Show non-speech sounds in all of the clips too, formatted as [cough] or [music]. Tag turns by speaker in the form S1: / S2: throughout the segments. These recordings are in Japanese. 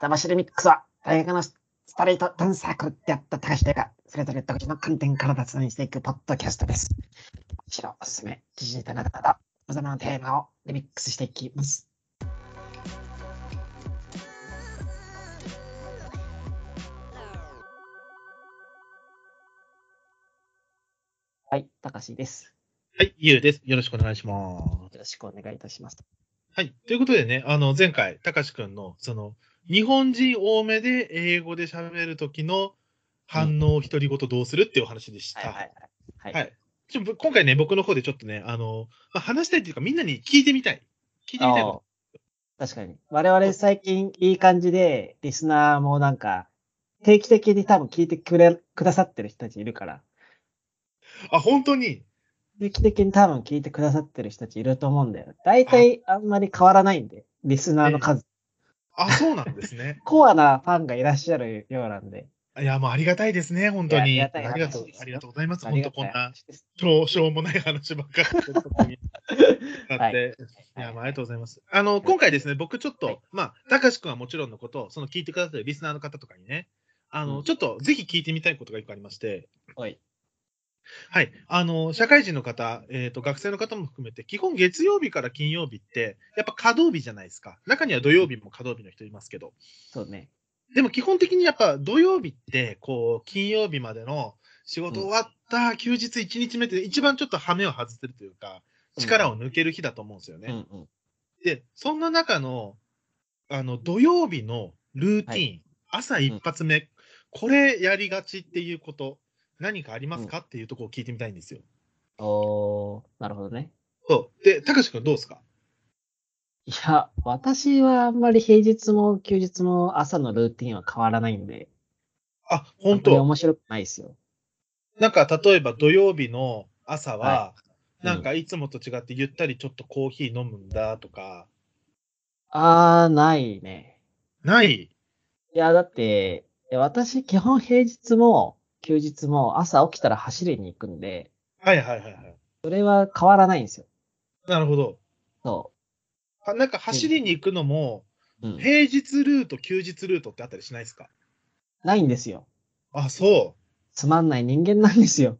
S1: ザバシルミックスは、大学のストレートダンスサークルであった高橋というか、それぞれ独自の観点から脱線していくポッドキャストです。白おすすめ、時事ネタなどなど、様々なテーマをリミックスしていきます。はい、高橋です。
S2: はい、ゆうです。よろしくお願いします。
S1: よろしくお願いいたします。
S2: はい。ということでね、あの、前回、たかしくんの、その、日本人多めで英語で喋る時の反応、独り言どうするっていうお話でした。
S1: はいはいはい。
S2: はいちょ今回ね、僕の方でちょっとね、あの、まあ、話したいっていうか、みんなに聞いてみたい。聞いてみたい
S1: あ
S2: こ
S1: あ確かに。我々最近いい感じで、リスナーもなんか、定期的に多分聞いてくれ、くださってる人たちいるから、
S2: と。あ、本当に
S1: 定期的に多分聞いてくださってる人たちいると思うんだよ。大体あんまり変わらないんで、リスナーの数。。
S2: あ、そうなんですね
S1: [laughs] コアなファンがいらっしゃるようなんで。
S2: いや、もうありがたいですね、本当
S1: い
S2: に。
S1: や
S2: あ
S1: ありがたい話
S2: りがとう
S1: です、よ
S2: ありがとうございます。
S1: あ
S2: 本
S1: り
S2: 当
S1: が
S2: こん
S1: たい
S2: な、
S1: 話です。
S2: しょうしょうもない話ばっかりし
S1: [laughs]
S2: て。本当にだ
S1: は
S2: っ
S1: い
S2: て、いや、まあ、ありがとうございます。あの、今回ですね、僕ちょっと、
S1: はい
S2: まあ、たかしくんはもちろんのこと、その聞いてくださってるリスナーの方とかにね、あの、
S1: うん
S2: ちょっとぜひ聞いてみたいことが一個ありまして、
S1: おい。
S2: はい、あの、社会人の方、えっ、と、学生の方も含めて、基本月曜日から金曜日って、やっぱ稼働日じゃないですか。中には土曜日も稼働日の人いますけど、
S1: そうね。
S2: でも基本的にやっぱ土曜日って、こう、金曜日までの仕事終わった休日1日目って、一番ちょっと羽目を外せるというか、力を抜ける日だと思うんですよね。
S1: うんうん。
S2: で、そんな中の、あの、土曜日のルーティン、
S1: はい
S2: 朝一発目、これやりがちっていうこと、何かありますか、っていうところを聞いてみたいんですよ。
S1: おー、なるほどね。
S2: そう。で、たかしくんどうですか
S1: いや、私はあんまり平日も休日も朝のルーティンは変わらないんで、
S2: あ、
S1: あ
S2: 本
S1: んまり
S2: 当
S1: 面白くないですよ。
S2: なんか、例えば土曜日の朝は、
S1: は
S2: なんかいつもと違ってゆったりちょっとコーヒー飲むんだとか、
S1: あー、ないね。
S2: ない
S1: いや、だって、いや私、基本平日も休日も朝起きたら走りに行くんで、
S2: はいはいはいはい。
S1: それは変わらないんですよ。
S2: なるほど。
S1: そ
S2: はなんか走りに行くのも、
S1: う。うん、
S2: 平日ルート、休日ルートってあったりしないですか
S1: ないんですよ。
S2: あ、そう。
S1: つまんない人間なんですよ。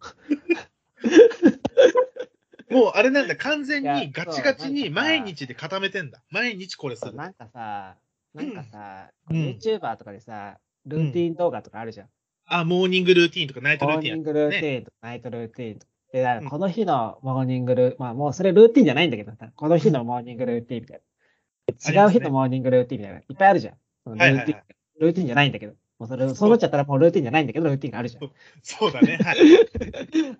S2: もうあれなんだ、完全
S1: いや
S2: にガチガチ
S1: そ
S2: に
S1: うなんか
S2: 毎日で固めてんだ。毎日これする。
S1: なんかさ、なんかさ、
S2: うん
S1: YouTuber とかでさ、ルーティン動画とかあるじゃん。
S2: あ、モーニングルーティーンとかナイトル
S1: モ
S2: ー
S1: ー
S2: ティ
S1: ニ
S2: ーン
S1: ン
S2: や。
S1: グルーティンとか、ナイトルーティンとか。で、だか
S2: うん
S1: らこの日のモーニングルー、まあもうそれルーティンじゃないんだけどさ、この日のモーニングルーティンみたい
S2: あり
S1: な。違
S2: ま
S1: う
S2: す
S1: 日
S2: ね
S1: のモーニングルーティンみたいな。いっぱいあるじゃん。そのルーティン
S2: はいはいはい
S1: ルーティンじゃないんだけど。もうそれ、そうなっちゃったらもうルーティンじゃないんだけど、ルーティンがあるじゃん。
S2: そうだね。はい。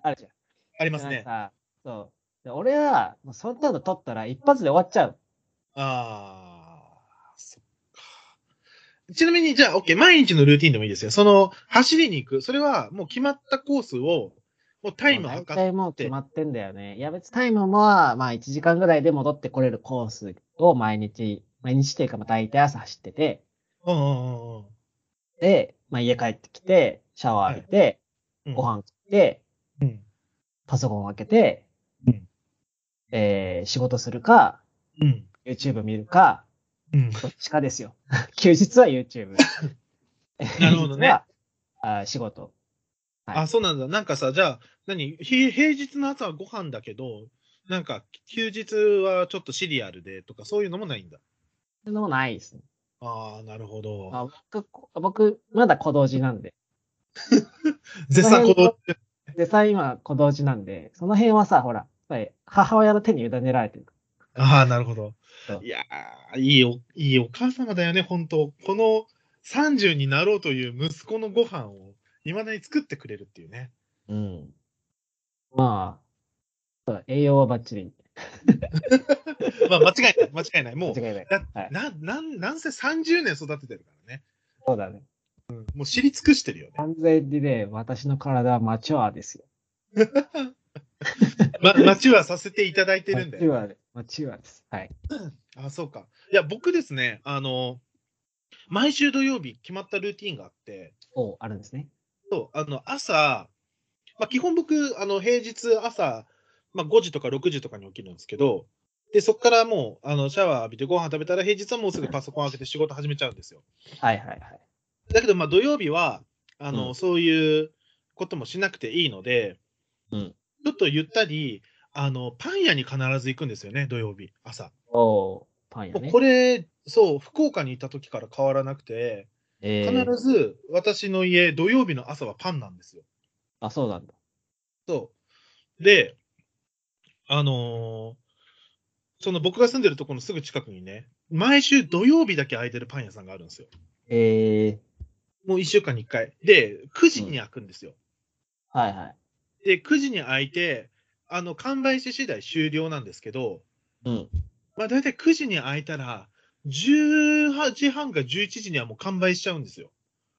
S1: あるじゃん。
S2: あり
S1: で
S2: ます
S1: なん
S2: ね。
S1: かそう。で俺は、もうそんなの取ったら一発で終わっちゃう。
S2: あーそっか。ちなみに、じゃあ、OK、毎日のルーティーンでもいいですよ。その、走りに行く。それは、もう決まったコースを、もうタイム
S1: もう大
S2: 測っ
S1: 体もう決まってんだよね。いや、別にタイムも、まあ、1時間ぐらいで戻ってこれるコースを毎日、毎日っていうか、まあ、大体朝走ってて、
S2: うんうんうんうん。
S1: で、まあ、家帰ってきて、シャワー浴びて、
S2: うん
S1: ご飯食って、
S2: うん
S1: パソコンを開けて、
S2: うん
S1: えー仕事するか、
S2: うん。
S1: YouTube 見るか、
S2: うん。
S1: どっちかですよ。 [laughs] 休日は YouTube。
S2: [laughs] なるほどね
S1: 平日は。あー仕事。はい
S2: あ、そうなんだ。なんかさ、じゃあ、何ひ平日の朝はご飯だけど、なんか、休日はちょっとシリアルでとか、そういうのもないんだ。
S1: そういうのもないですね。
S2: ああ、なるほど。
S1: まあ、僕、僕、まだ小同時なんで。
S2: 絶賛行動って。
S1: でさ、今、小同時なんで、その辺はさ、ほら、やっぱり母親の手に委ねられてる。
S2: ああ、なるほど
S1: そ。う
S2: いやーいいお、いいお母様だよね、本当この30になろうという息子のご飯を、いまだに作ってくれるっていうね。
S1: うん。まあ、そう栄養はバッチリ。
S2: まあ、間違いない、間違いない。もう、
S1: 間違いない。
S2: だ
S1: はい
S2: ななんなんせ30年育ててるからね。
S1: そうだね。
S2: もう知り尽くしてるよね。
S1: 完全にね、私の体はマチュアですよ。
S2: ま、マチュアさせていただいてるんだよ。
S1: マチュアで。マチュアです。はい。
S2: あ、そうか。いや、僕ですね、あの、毎週土曜日決まったルーティンがあって、
S1: おあるんですね。
S2: そうあの朝、まあ、基本僕、あの平日朝、まあ、5時とか6時とかに起きるんですけど、で、そこからもう、あの、シャワー浴びてご飯食べたら、平日はもうすぐパソコン開けて仕事始めちゃうんですよ。
S3: はいはいはい。
S2: だけど、まあ、土曜日は、あの、
S3: うん
S2: そういうこともしなくていいので、
S3: うん
S2: ちょっとゆったり、あの、パン屋に必ず行くんですよね、土曜日、朝。
S3: おおー、パン
S2: も
S3: 屋
S2: う
S3: ね。
S2: これ、そう、福岡にいた時から変わらなくて、
S3: え
S2: 必
S3: ー
S2: ず私の家、土曜日の朝はパンなんですよ。
S3: あ、そうなんだ。
S2: そう。で、あのーその僕が住んでるところのすぐ近くにね、毎週土曜日だけ空いてるパン屋さんがあるんですよ。
S3: ええ
S2: もう1週間に1回。で、9時に開くんですよ。
S3: はいはい。
S2: で、9時に開いて、あの、完売し次第終了なんですけど、
S3: うん。
S2: まあ大体9時に開いたら、18時半か11時にはもう完売しちゃうんですよ。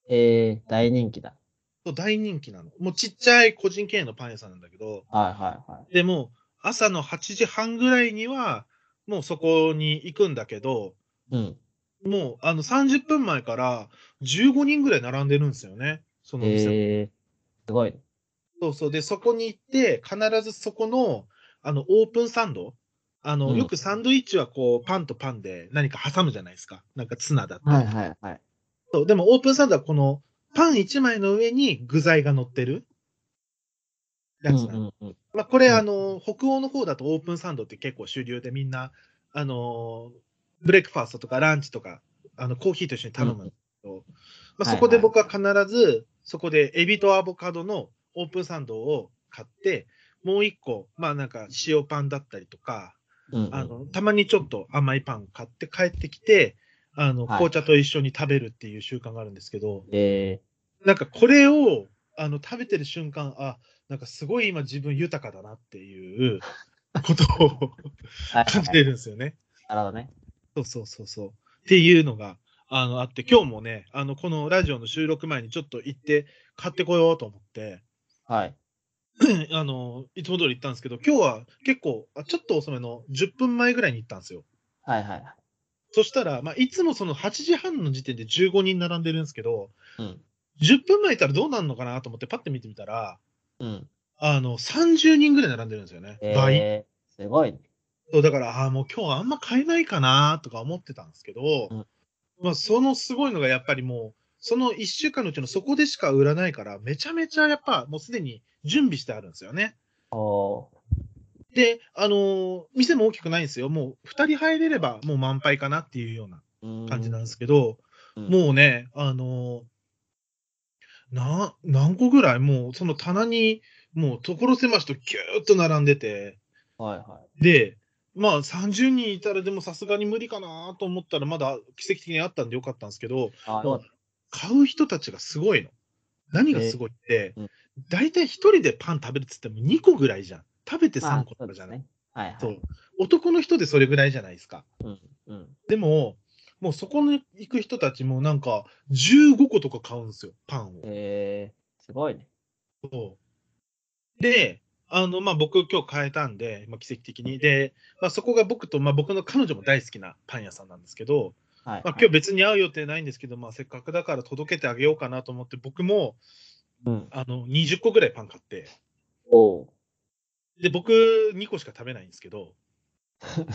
S3: ええ大人気だ。
S2: そう大人気なの。もうちっちゃい個人経営のパン屋さんなんだけど、
S3: はいはいはい。
S2: でもう朝の8時半ぐらいには、もうそこに行くんだけど、
S3: うん。
S2: もうあの30分前から15人ぐらい並んでるんですよね、その店。
S3: ええすごい。
S2: そうそう。で、そこに行って、必ずそこのあのオープンサンド。あの、
S3: うん
S2: よくサンドイッチはこう、パンとパンで何か挟むじゃないですか。なんかツナだったり
S3: はいはいはい。
S2: そうでもオープンサンドはこのパン1枚の上に具材が乗ってるや
S3: うん
S2: つなの
S3: うんうん。
S2: まあ、これ、
S3: うん
S2: あの、北欧の方だとオープンサンドって結構主流で、みんな、あの、ブレックファーストとかランチとか、あの、コーヒーと一緒に頼むんだけど、まあ、そこで
S3: はいはい
S2: 僕は必ず、そこでエビとアボカドのオープンサンドを買って、もう一個、まあなんか塩パンだったりとか、
S3: うんうん
S2: あの、たまにちょっと甘いパン買って帰ってきて、あの、
S3: はい
S2: 紅茶と一緒に食べるっていう習慣があるんですけど、
S3: え
S2: なんかこれをあの食べてる瞬間、あなんかすごい今、自分豊かだなっていうことを
S3: えはいはい
S2: 感じ
S3: はい。
S2: てるんですよね。
S3: なるほどね。
S2: そうそうそうそう。っていうのがあのあって、今日もね、あのこのラジオの収録前にちょっと行って、買ってこようと思って、
S3: はい。
S2: あのいつも通り行ったんですけど、今日は結構、あちょっと遅めの10分前ぐらいに行ったんですよ。
S3: はいはいはい。
S2: そしたら、まあ、いつもその8時半の時点で15人並んでるんですけど、
S3: うん。
S2: 10分前いたらどうなるのかなと思って、パッて見てみたら、
S3: うん。
S2: あの、30人ぐらい並んでるんですよね。
S3: え
S2: 倍。
S3: えすごいね。
S2: そうだから、ああー、もう今日はあんま買えないかなとか思ってたんですけど、
S3: うん
S2: まあ、そのすごいのがやっぱりもう、その1週間のうちのそこでしか売らないから、めちゃめちゃやっぱもうすでに準備してあるんですよね。
S3: お
S2: で、あのー店も大きくないんですよ。もう2人入れればもう満杯かなっていうような
S3: ー。
S2: 感じなんですすけど、
S3: うん
S2: もうね、あのーな、何個ぐらいもうその棚に、もう所狭しとぎゅーっと並んでて、
S3: はいはい。
S2: で、まあ30人いたらでもさすがに無理かなと思ったらまだ奇跡的にあったんでよかったんですけど、
S3: あ
S2: もう買う人たちがすごいの。何がすごいって
S3: えうん、
S2: 大体一人でパン食べるっつっても2個ぐらいじゃん。食べて
S3: ま
S2: 3
S3: あ
S2: 個
S3: そ
S2: と
S3: う
S2: か
S3: で
S2: じ
S3: す
S2: ゃない。
S3: ね。はいはい。
S2: そう。男の人でそれぐらいじゃないですか。
S3: うん。うん。
S2: でも、もうそこに行く人たちもなんか15個とか買うんですよ、パンを。
S3: ええすごいね。
S2: そうで、あの、まあ、僕今日変えたんで、まあ、奇跡的に。で、まあ、そこが僕と、まあ、僕の彼女も大好きなパン屋さんなんですけど、
S3: はい。
S2: まあ、今日別に会う予定ないんですけど、まあ、せっかくだから届けてあげようかなと思って、僕も、
S3: うん。
S2: あの、20個ぐらいパン買って、
S3: お
S2: [laughs]
S3: お
S2: で、僕2個しか食べないんですけど、
S3: ー。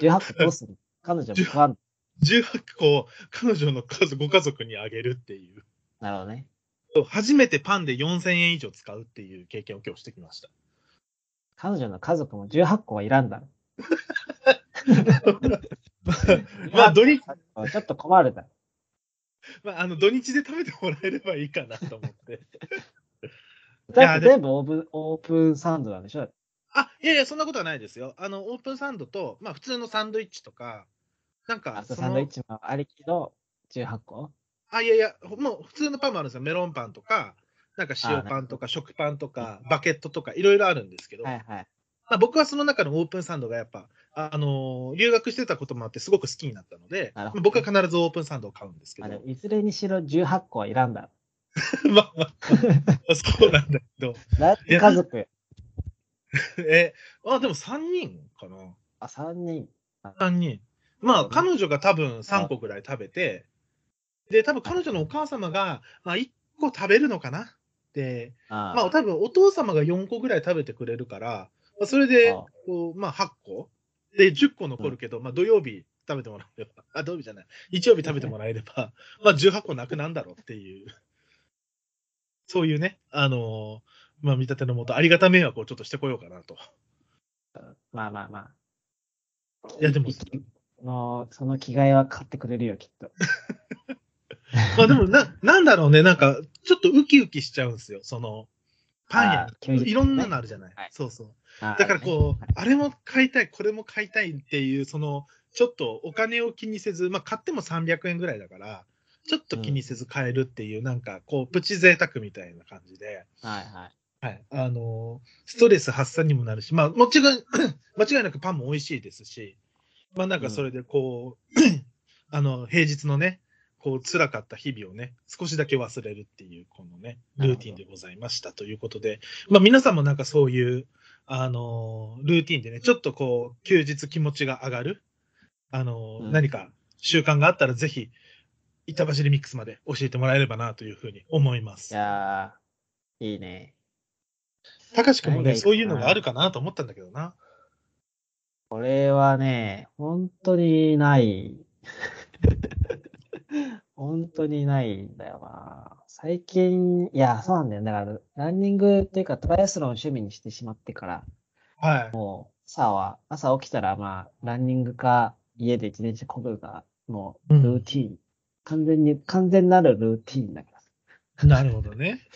S3: 18個どうする彼女も食わん。
S2: 18個彼女の家族ご家族にあげるっていう。
S3: なるほどね。
S2: そう初めてパンで4000円以上使うっていう経験を今日してきました。 [laughs]
S3: 彼女の家族も18個はいらんだろ。
S2: まあ、土日、
S3: [laughs] ちょっと困るだろ。
S2: まあ、あの土日で食べてもらえればいいかなと思って。
S3: だ
S2: や
S3: っ
S2: で
S3: て全部オープンオープンサンドなんでしょ
S2: あ、いやいや、そんなことはないですよ。あの、オープンサンドと、まあ、普通のサンドイッチとか、なん
S3: あ
S2: か、
S3: と
S2: そ
S3: サンドイッ
S2: の、
S3: チもありきの18個
S2: あ、いやいや、もう普通のパンもあるんですよ。メロンパンとか、なんか塩パンとか、食パンとか、バケットとか、いろいろあるんですけど、
S3: は
S2: ま
S3: いはい。
S2: あ、僕はその中のオープンサンドがやっぱ、あのー留学してたこともあって、すごく好きになったので、
S3: なるほど
S2: まあ僕は必ずオープンサンドを買うんですけ
S3: ま
S2: ど、
S3: あ、
S2: ま
S3: でもいずれにしろ18個はいらんだろ。
S2: あ [laughs] まあ、そうなんだけど、
S3: だって家族、
S2: え、あ、でも3人かな。
S3: あ、3人。
S2: 3人。まあ、彼女が多分3個ぐらい食べて、で、多分彼女のお母様が、まあ、1個食べるのかなで、
S3: あ
S2: まあ、多分お父様が4個ぐらい食べてくれるから、まあ、それで
S3: ああ、
S2: こうまあ、8個で、10個残るけど、まあ土曜日食べてもらえれば、あ、土曜日じゃない、日曜日食べてもらえれば、まあ18個なくなんだろうっていう、そういうね、あのーまあ見立てのもと、ありがた迷惑をちょっとしてこようかなと。
S1: まあまあまあ。
S2: いや、でも、
S1: の、その着替えは買ってくれるよ、きっと。
S2: [laughs] ま
S3: [laughs]
S2: あでもな、なんだろうね、なんか、ちょっとウキウキしちゃうんですよ、その、パン
S1: あー
S2: 屋
S1: 休日
S2: に、いろんなのあるじゃない。
S1: はい
S2: そうそう。
S1: だ
S2: だからこう、
S1: はい
S2: あれも買いたい、これも買いたいっていう、そのちょっとお金を気にせず、まあ、買っても300円ぐらいだから、ちょっと気にせず買えるっていう、なんかこう、プチ贅沢みたいな感じで、
S1: はいはい。
S2: はいあのーストレス発散にもなるし、まあ、もちろん [coughs] 間違いなくパンも美味しいですし、まあ、なんかそれでこう、 [coughs] あの平日のね、こう辛かった日々をね、少しだけ忘れるっていう、このね、ルーティンでございましたということで、まあ、皆さんもなんかそういう、あのールーティンでね、ちょっとこう、休日気持ちが上がる、あのー
S1: うん
S2: 何か習慣があったら、ぜひ、板橋リミックスまで教えてもらえればなというふうに思います
S1: い。やー、いいね。
S2: たかしくんも
S1: 何がい
S2: ね、
S1: いかな
S2: そういうのがあるかなと思ったんだけどな。
S1: これはね、本当にない。
S2: [laughs]
S1: 本当にないんだよな。最近、いや、そうなんだよ。だから、ランニングっていうか、トライアスロンを趣味にしてしまってから、
S2: はい。
S1: 朝は、朝起きたら、まあ、ランニングか、家で自転車こぐが、も
S2: う
S1: う、
S2: ん
S1: ルーティーン。完全に、完全なるルーティーンだから。
S2: なるほどね。
S1: [laughs]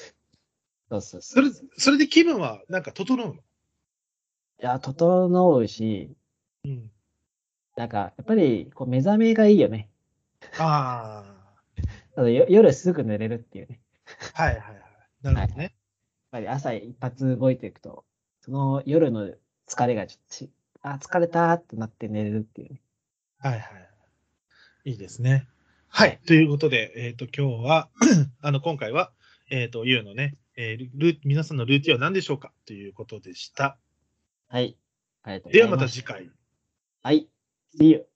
S1: そうそうそ。
S2: そうれ、それで気分はなんか整うの
S1: いや、整うし、
S2: うん。
S1: なんか、やっぱり、こう、目覚めがいいよね。
S2: あ
S1: あのよ夜すぐ寝れるっていうね。
S2: あ。はいはいはい。なるほどね。
S1: やっぱり朝一発動いていくと、その夜の疲れがちょっとし、あ、疲れたーってなって寝れるっていうね。
S2: はいはい。いいですね。はい。ということで、えっ、と、今日は、 [clears throat] あの、今回は、えっ、と、ゆうのね、えールー皆さんのルーティンは何でしょうかということでした。
S1: はい。ありがとうご
S2: で
S1: ざ
S2: はい
S1: ま。
S2: ますた次回。
S1: はい。See you.